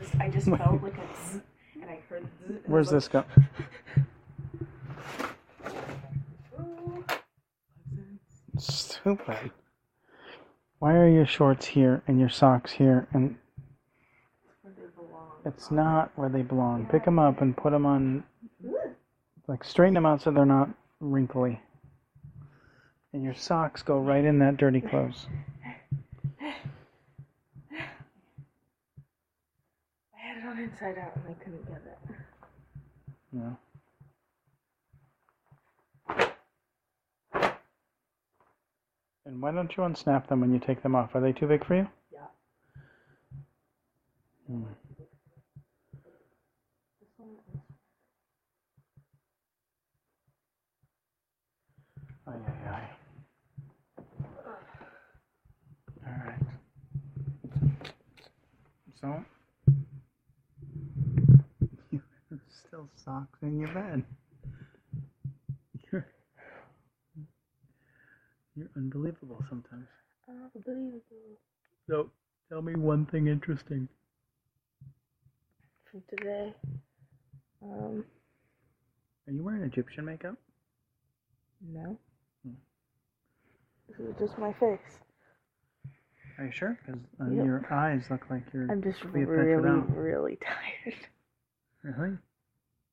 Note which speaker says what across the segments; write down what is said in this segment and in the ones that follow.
Speaker 1: just, I just felt like a zzz, and I heard. Zzz, and I
Speaker 2: Where's
Speaker 1: looked-
Speaker 2: this go?
Speaker 1: Ooh.
Speaker 2: Stupid. Why are your shorts here and your socks here? And
Speaker 1: Where they belong.
Speaker 2: it's not where they belong. Pick them up and put them on,
Speaker 1: Ooh.
Speaker 2: like straighten them out so they're not wrinkly. And your socks go right in that dirty clothes.
Speaker 1: I had it on inside out and I couldn't get it.
Speaker 2: No. And why don't you unsnap them when you take them off? Are they too big for you?
Speaker 1: Yeah.
Speaker 2: Hmm.
Speaker 1: This one is
Speaker 2: Aye, aye, aye. All right. So, you have still socks in your bed. You're, you're unbelievable sometimes.
Speaker 1: unbelievable.
Speaker 2: So, tell me one thing interesting.
Speaker 1: From today. Um,
Speaker 2: Are you wearing Egyptian makeup?
Speaker 1: no.
Speaker 2: Hmm.
Speaker 1: This is just my face.
Speaker 2: Are you sure? Because uh,
Speaker 1: Yep.
Speaker 2: your eyes look like you're
Speaker 1: I'm just
Speaker 2: Cleopatra
Speaker 1: really,
Speaker 2: down.
Speaker 1: really tired.
Speaker 2: really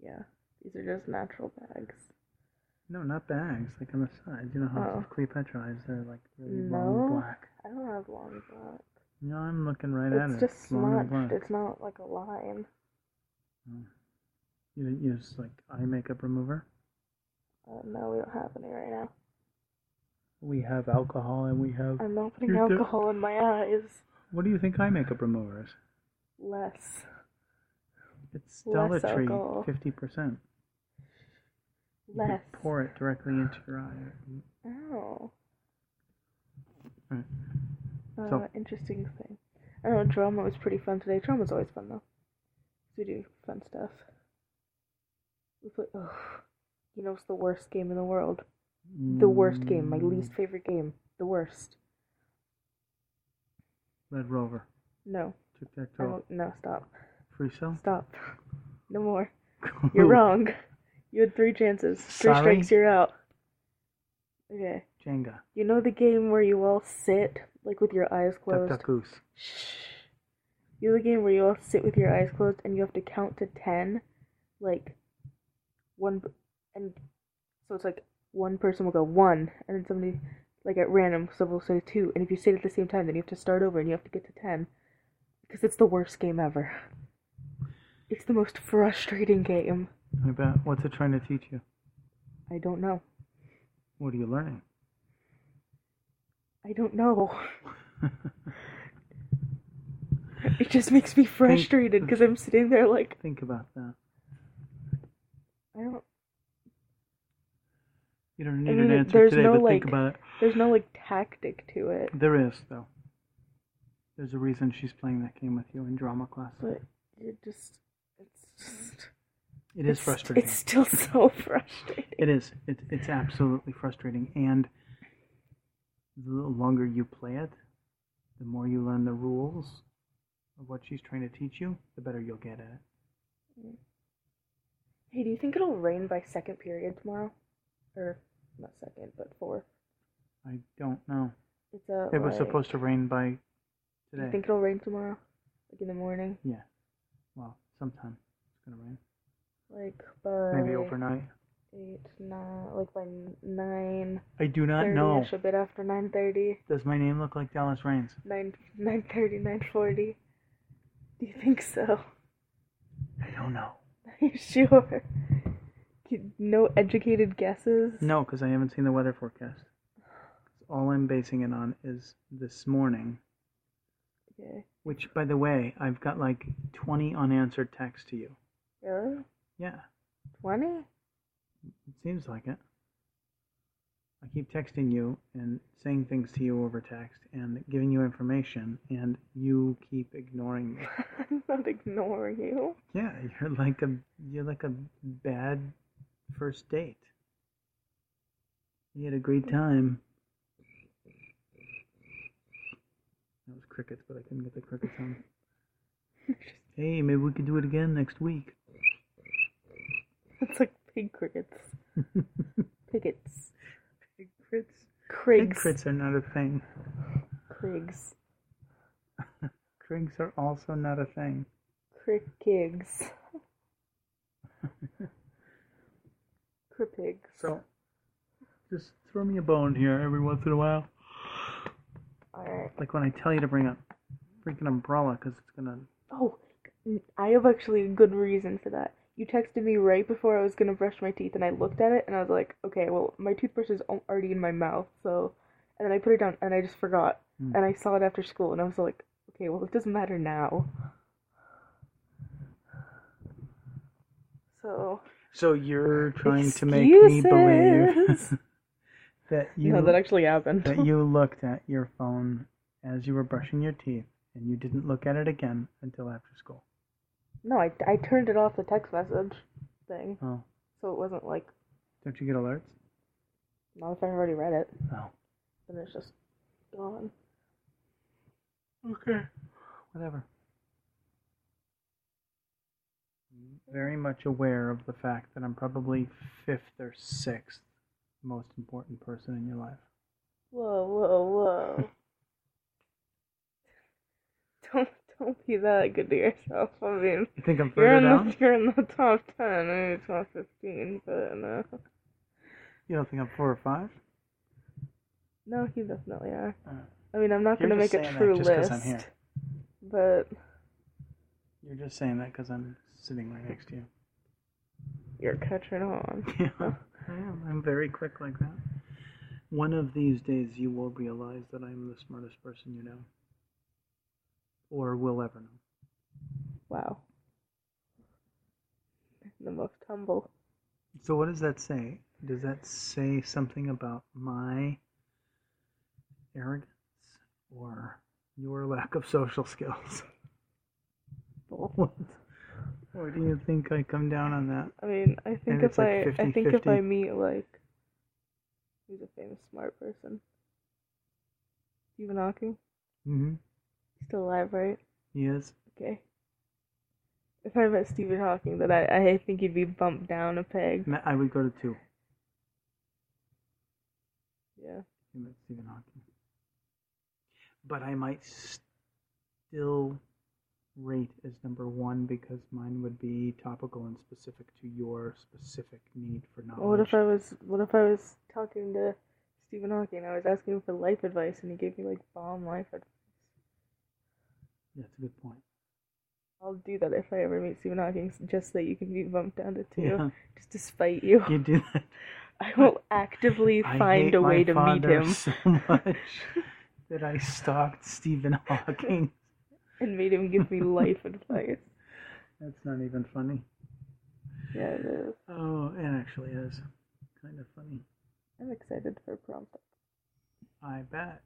Speaker 1: Yeah. These are just natural bags.
Speaker 2: no, not bags like on the sides. You know how
Speaker 1: Oh.
Speaker 2: Cleopatra eyes are like really long
Speaker 1: No.
Speaker 2: black.
Speaker 1: I don't have long black.
Speaker 2: No, I'm looking right at it.
Speaker 1: It's just
Speaker 2: long and
Speaker 1: smudged.
Speaker 2: black.
Speaker 1: It's not like a line.
Speaker 2: You didn't use like eye makeup remover.
Speaker 1: Uh, no, we don't have any right now.
Speaker 2: We have
Speaker 1: Mm-hmm.
Speaker 2: alcohol and we have.
Speaker 1: I'm not putting
Speaker 2: You do-
Speaker 1: alcohol in my eyes.
Speaker 2: What do you think eye makeup remover is?
Speaker 1: Less.
Speaker 2: It's
Speaker 1: Less
Speaker 2: Dollar Tree,
Speaker 1: alcohol.
Speaker 2: fifty percent. You
Speaker 1: Less.
Speaker 2: could pour it directly into your eye.
Speaker 1: Oh.
Speaker 2: Alright.
Speaker 1: Uh,
Speaker 2: So-
Speaker 1: interesting thing. I don't know, drama was pretty fun today. Drama's always fun though. 'Cause We do fun stuff. We play, oh, you know, it's the worst game in the world. The worst game, my
Speaker 2: Mm,
Speaker 1: least favorite game. The worst.
Speaker 2: Mm, Red Rover,
Speaker 1: No,
Speaker 2: tic tac
Speaker 1: I
Speaker 2: toe,
Speaker 1: won't. No, stop.
Speaker 2: free cell.
Speaker 1: Stop. No more. You're
Speaker 2: Cool.
Speaker 1: wrong. You had three chances. Three
Speaker 2: Sorry.
Speaker 1: strikes, you're out. Okay.
Speaker 2: Jenga,
Speaker 1: You know the game where you all sit, like with your eyes
Speaker 2: duck
Speaker 1: closed?
Speaker 2: duck goose.
Speaker 1: Shh. You know the game where you all sit with your eyes closed and you have to count to ten? Like, one. p- And so it's like one person will go one, and then somebody, like at random, someone will say two. And if you say it at the same time, then you have to start over and you have to get to ten. Because it's the worst game ever. It's the most frustrating game.
Speaker 2: I bet. What's it trying to teach you?
Speaker 1: I don't know.
Speaker 2: What are you learning?
Speaker 1: I don't know. It just makes me frustrated because I'm sitting there like,
Speaker 2: Think about that.
Speaker 1: I don't.
Speaker 2: You don't need
Speaker 1: mean,
Speaker 2: an answer
Speaker 1: there's
Speaker 2: today,
Speaker 1: no,
Speaker 2: but
Speaker 1: like-
Speaker 2: think about it.
Speaker 1: There's no like tactic to it,
Speaker 2: There is though. There's a reason she's playing that game with you in drama class.
Speaker 1: but it just. It's just.
Speaker 2: It is
Speaker 1: it's-
Speaker 2: frustrating.
Speaker 1: It's still so frustrating.
Speaker 2: It is. It, it's absolutely frustrating. And the longer you play it, the more you learn the rules of what she's trying to teach you, the better you'll get at it.
Speaker 1: Hey, do you think it'll rain by second period tomorrow? Or, not second, but fourth.
Speaker 2: I don't know.
Speaker 1: It's a.
Speaker 2: It was
Speaker 1: like-
Speaker 2: supposed to rain by
Speaker 1: You
Speaker 2: today.
Speaker 1: think it'll rain tomorrow? Like in the morning?
Speaker 2: Yeah. Well, sometime it's gonna rain.
Speaker 1: Like by.
Speaker 2: Maybe overnight.
Speaker 1: Eight, nine, like by nine.
Speaker 2: I do not
Speaker 1: 30
Speaker 2: know.
Speaker 1: ish, a bit after 9.30,
Speaker 2: Does my name look like Dallas Rains?
Speaker 1: 9, 9.30, 9.40. Do you think so?
Speaker 2: I don't know.
Speaker 1: Are you sure? You- No educated guesses?
Speaker 2: No, because I haven't seen the weather forecast. All I'm basing it on is this morning,
Speaker 1: Okay.
Speaker 2: which, by the way, I've got like 20 unanswered texts to you.
Speaker 1: Really?
Speaker 2: Yeah,
Speaker 1: 20?
Speaker 2: it seems like it. I keep texting you and saying things to you over text and giving you information, and you keep ignoring me.
Speaker 1: I'm not ignoring you.
Speaker 2: Yeah, you're like a you're like a bad first date. You had a great time. That was crickets, but I couldn't get the crickets on.
Speaker 1: Just
Speaker 2: Hey, maybe we could do it again next week.
Speaker 1: It's like pig crickets. Pickets.
Speaker 2: Pig crits? Pig
Speaker 1: Krigs.
Speaker 2: crits are not a thing.
Speaker 1: Krigs.
Speaker 2: Krigs are also not a thing.
Speaker 1: Crickigs. Cripigs.
Speaker 2: So, just throw me a bone here every once in a while.
Speaker 1: Alright.
Speaker 2: Like when I tell you to bring a freaking umbrella because it's gonna.
Speaker 1: Oh, n- I have actually a good reason for that. You texted me right before I was gonna brush my teeth, and I looked at it, and I was like, okay, well, my toothbrush is al- already in my mouth, so. And then I put it down, and I just forgot.
Speaker 2: Hmm.
Speaker 1: And I saw it after school, and I was like, okay, well, it doesn't matter now. So.
Speaker 2: So you're trying to make me believe
Speaker 1: Excuses.
Speaker 2: that you
Speaker 1: no, that actually happened.
Speaker 2: that you looked at your phone as you were brushing your teeth and you didn't look at it again until after school.
Speaker 1: No, I, I turned it off the text message thing,
Speaker 2: Oh,
Speaker 1: so it wasn't like,
Speaker 2: don't you get alerts?
Speaker 1: not if I've already read it,
Speaker 2: Oh,
Speaker 1: and it's just gone.
Speaker 2: okay, whatever. Very much aware of the fact that I'm probably fifth or sixth most important person in your life.
Speaker 1: Whoa, whoa, whoa. don't don't be that good to yourself. I mean,
Speaker 2: You think I'm
Speaker 1: you're
Speaker 2: further
Speaker 1: in
Speaker 2: down?
Speaker 1: the you're in the top ten, maybe top fifteen, but no,
Speaker 2: You don't think I'm four or five?
Speaker 1: no, you definitely are.
Speaker 2: Uh,
Speaker 1: I mean, I'm not
Speaker 2: You're
Speaker 1: gonna
Speaker 2: just
Speaker 1: make a
Speaker 2: saying that
Speaker 1: true
Speaker 2: just 'cause
Speaker 1: list,
Speaker 2: I'm here.
Speaker 1: but
Speaker 2: You're just saying that because I'm sitting right next to you.
Speaker 1: you're catching on.
Speaker 2: Yeah, I am. I'm very quick like that. One of these days, you will realize that I'm the smartest person you know, or will ever know.
Speaker 1: Wow, the most humble.
Speaker 2: So, what does that say? Does that say something about my arrogance or your lack of social skills?
Speaker 1: Bull.
Speaker 2: what? Or do you think I come down on that?
Speaker 1: I mean, I think
Speaker 2: And it's
Speaker 1: if
Speaker 2: like
Speaker 1: I, I
Speaker 2: 50,
Speaker 1: think if I
Speaker 2: 50.
Speaker 1: meet like, who's a famous smart person? Stephen Hawking,
Speaker 2: Mm-hmm.
Speaker 1: He's still alive, right?
Speaker 2: Yes.
Speaker 1: Okay. If I met Stephen Hawking, then I, I think he'd be bumped down a peg.
Speaker 2: Ma- I would go to two.
Speaker 1: Yeah.
Speaker 2: You met Stephen Hawking. But I might still rate as number one because mine would be topical and specific to your specific need for knowledge.
Speaker 1: Well, what if I was what if I was talking to Stephen Hawking? and I was asking him for life advice, and he gave me like bomb life advice.
Speaker 2: That's a good point.
Speaker 1: I'll do that if I ever meet Stephen Hawking, just so that you can be bumped down to two,
Speaker 2: Yeah,
Speaker 1: just to spite you.
Speaker 2: you do that.
Speaker 1: I will actively
Speaker 2: I
Speaker 1: find
Speaker 2: hate
Speaker 1: a
Speaker 2: my
Speaker 1: way to meet
Speaker 2: father
Speaker 1: him
Speaker 2: so much that I stalked Stephen Hawking.
Speaker 1: and made him give me life advice.
Speaker 2: That's not even funny.
Speaker 1: Yeah, it is.
Speaker 2: Oh, it actually is kind of funny.
Speaker 1: I'm excited for prom.
Speaker 2: I bet.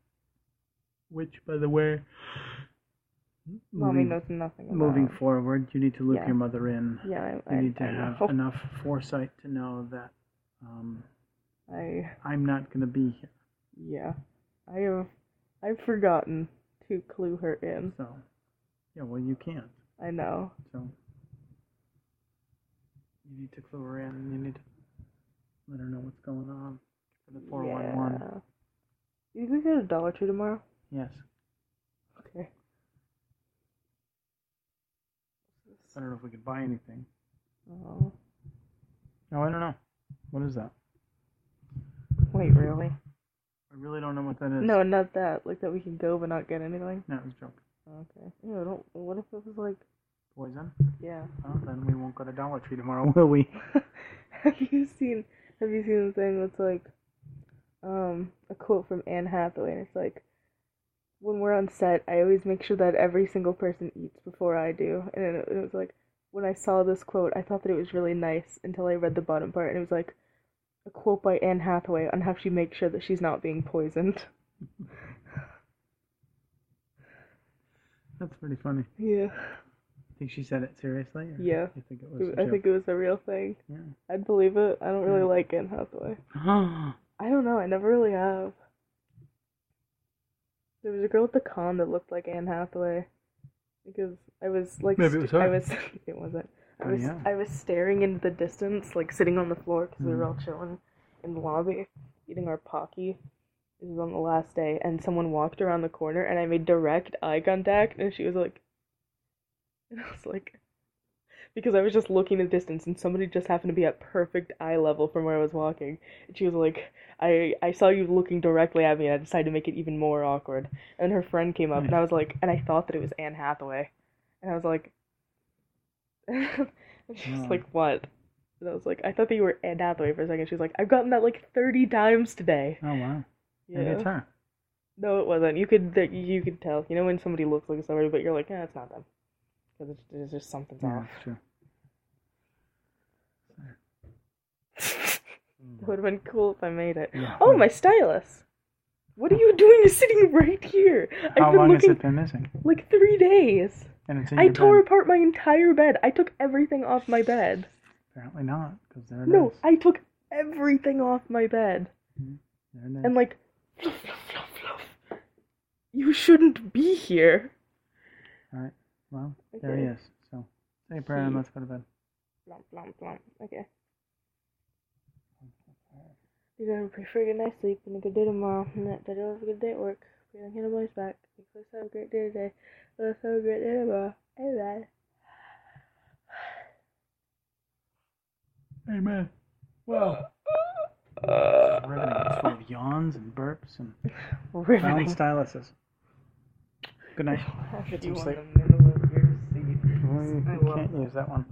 Speaker 2: Which, by the way,
Speaker 1: Mommy
Speaker 2: moving-
Speaker 1: knows nothing about.
Speaker 2: moving forward, you need to loop
Speaker 1: Yeah. uh,
Speaker 2: your mother in.
Speaker 1: Yeah, I,
Speaker 2: You
Speaker 1: I,
Speaker 2: need to
Speaker 1: I
Speaker 2: have
Speaker 1: know.
Speaker 2: enough foresight to know that um,
Speaker 1: I
Speaker 2: I'm not going to be here.
Speaker 1: yeah, I have I've forgotten to clue her in.
Speaker 2: So, yeah, well, you can't.
Speaker 1: I know.
Speaker 2: So, you need to clue her in and you need to let her know what's going on for the 411.
Speaker 1: Yeah. You think we go to Dollar Tree tomorrow?
Speaker 2: Yes.
Speaker 1: Okay.
Speaker 2: I don't know if we could buy anything.
Speaker 1: Oh
Speaker 2: No, I don't know. What is that?
Speaker 1: wait, really?
Speaker 2: I really don't know what that is.
Speaker 1: No, not that. Like that we can go but not get anything.
Speaker 2: No, it was a joke.
Speaker 1: Okay. Yeah, don't. What if it was like
Speaker 2: Poison?
Speaker 1: yeah?
Speaker 2: Well, then we won't go to Dollar Tree tomorrow, will we?
Speaker 1: have you seen have you seen the thing that's like um a quote from Anne Hathaway and it's like when we're on set I always make sure that every single person eats before I do and it, it was like when I saw this quote I thought that it was really nice until I read the bottom part and it was like a quote by Anne Hathaway on how she makes sure that she's not being poisoned.
Speaker 2: That's pretty funny.
Speaker 1: Yeah.
Speaker 2: think she said it seriously? or
Speaker 1: Yeah.
Speaker 2: You think it
Speaker 1: It-
Speaker 2: was a
Speaker 1: I
Speaker 2: joke?
Speaker 1: think it was a real thing.
Speaker 2: Yeah.
Speaker 1: I'd believe it. I don't really
Speaker 2: Yeah.
Speaker 1: like Anne Hathaway.
Speaker 2: Oh,
Speaker 1: I don't know. I never really have. There was a girl at the con that looked like Anne Hathaway. because I was like
Speaker 2: Maybe it was
Speaker 1: st- I
Speaker 2: her.
Speaker 1: was it wasn't. I
Speaker 2: Oh,
Speaker 1: was
Speaker 2: yeah.
Speaker 1: I was staring into the distance, like sitting on the floor because we were
Speaker 2: Mhm.
Speaker 1: all chilling in the lobby, eating our pocky. This was on the last day, and someone walked around the corner, and I made direct eye contact, and she was like, and I was like, because I was just looking at distance, and somebody just happened to be at perfect eye level from where I was walking, and she was like, I I saw you looking directly at me, and I decided to make it even more awkward. And her friend came up, and I was like, and I thought that it was Anne Hathaway, and I was like, and she was
Speaker 2: Yeah.
Speaker 1: like, what? And I was like, I thought that you were Anne Hathaway for a second. She was like, I've gotten that like thirty times today.
Speaker 2: Oh wow.
Speaker 1: Yeah.
Speaker 2: Maybe it's her.
Speaker 1: No, it wasn't. You could that you could tell. You know when somebody looks like somebody, but you're like, eh, it's not them. Because it's, it's just something's
Speaker 2: Yeah,
Speaker 1: off.
Speaker 2: it's true.
Speaker 1: It would have been cool if I made it.
Speaker 2: Yeah.
Speaker 1: Oh, my stylus! What are you doing sitting right here? I've
Speaker 2: How
Speaker 1: been
Speaker 2: long
Speaker 1: looking
Speaker 2: has it been missing?
Speaker 1: like three days.
Speaker 2: And it's in
Speaker 1: I
Speaker 2: your
Speaker 1: tore
Speaker 2: bed.
Speaker 1: apart my entire bed. I took everything off my bed.
Speaker 2: Apparently not, because there it is.
Speaker 1: No, I took everything off my bed.
Speaker 2: There it is.
Speaker 1: And like, fluff, fluff, fluff, fluff. You shouldn't be here.
Speaker 2: All right. Well, there he
Speaker 1: Okay.
Speaker 2: is. So say a prayer and
Speaker 1: He-
Speaker 2: let's go to bed.
Speaker 1: Blomp, blomp, blomp. Okay. You gotta pray for a good night's sleep and a good day tomorrow, and that Daddy will have a good day at work. We don't get nobody's back. Let's have a great day today. Let's have a great day tomorrow. Amen.
Speaker 2: Amen. Well, riveting. It's full of yawns and burps and found
Speaker 1: Riveting.
Speaker 2: styluses. Good night.
Speaker 1: I
Speaker 2: Get some
Speaker 1: you on
Speaker 2: sleep.
Speaker 1: the middle of your seat.
Speaker 2: We
Speaker 1: I will.
Speaker 2: can't use that one.